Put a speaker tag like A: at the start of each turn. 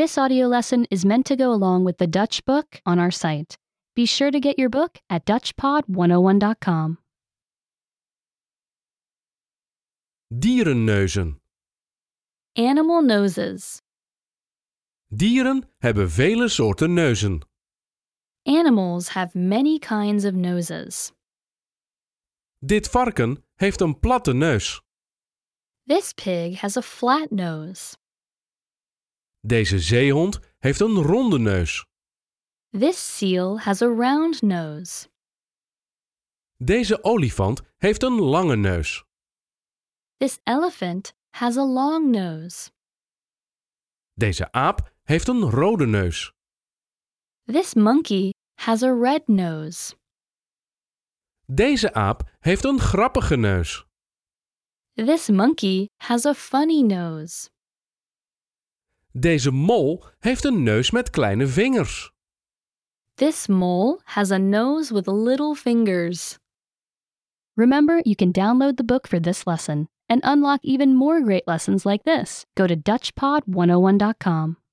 A: This audio lesson is meant to go along with the Dutch book on our site. Be sure to get your book at DutchPod101.com.
B: Dierenneuzen.
A: Animal noses.
B: Dieren hebben vele soorten neuzen.
A: Animals have many kinds of noses.
B: Dit varken heeft een platte neus.
A: This pig has a flat nose.
B: Deze zeehond heeft een ronde neus.
A: This seal has a round nose.
B: Deze olifant heeft een lange neus.
A: This elephant has a long nose.
B: Deze aap heeft een rode neus.
A: This monkey has a red nose.
B: Deze aap heeft een grappige neus.
A: This monkey has a funny nose.
B: Deze mol heeft een neus met kleine vingers.
A: This mole has a nose with little fingers. Remember, you can download the book for this oh lesson and unlock even more great lessons like this. Go to DutchPod101.com.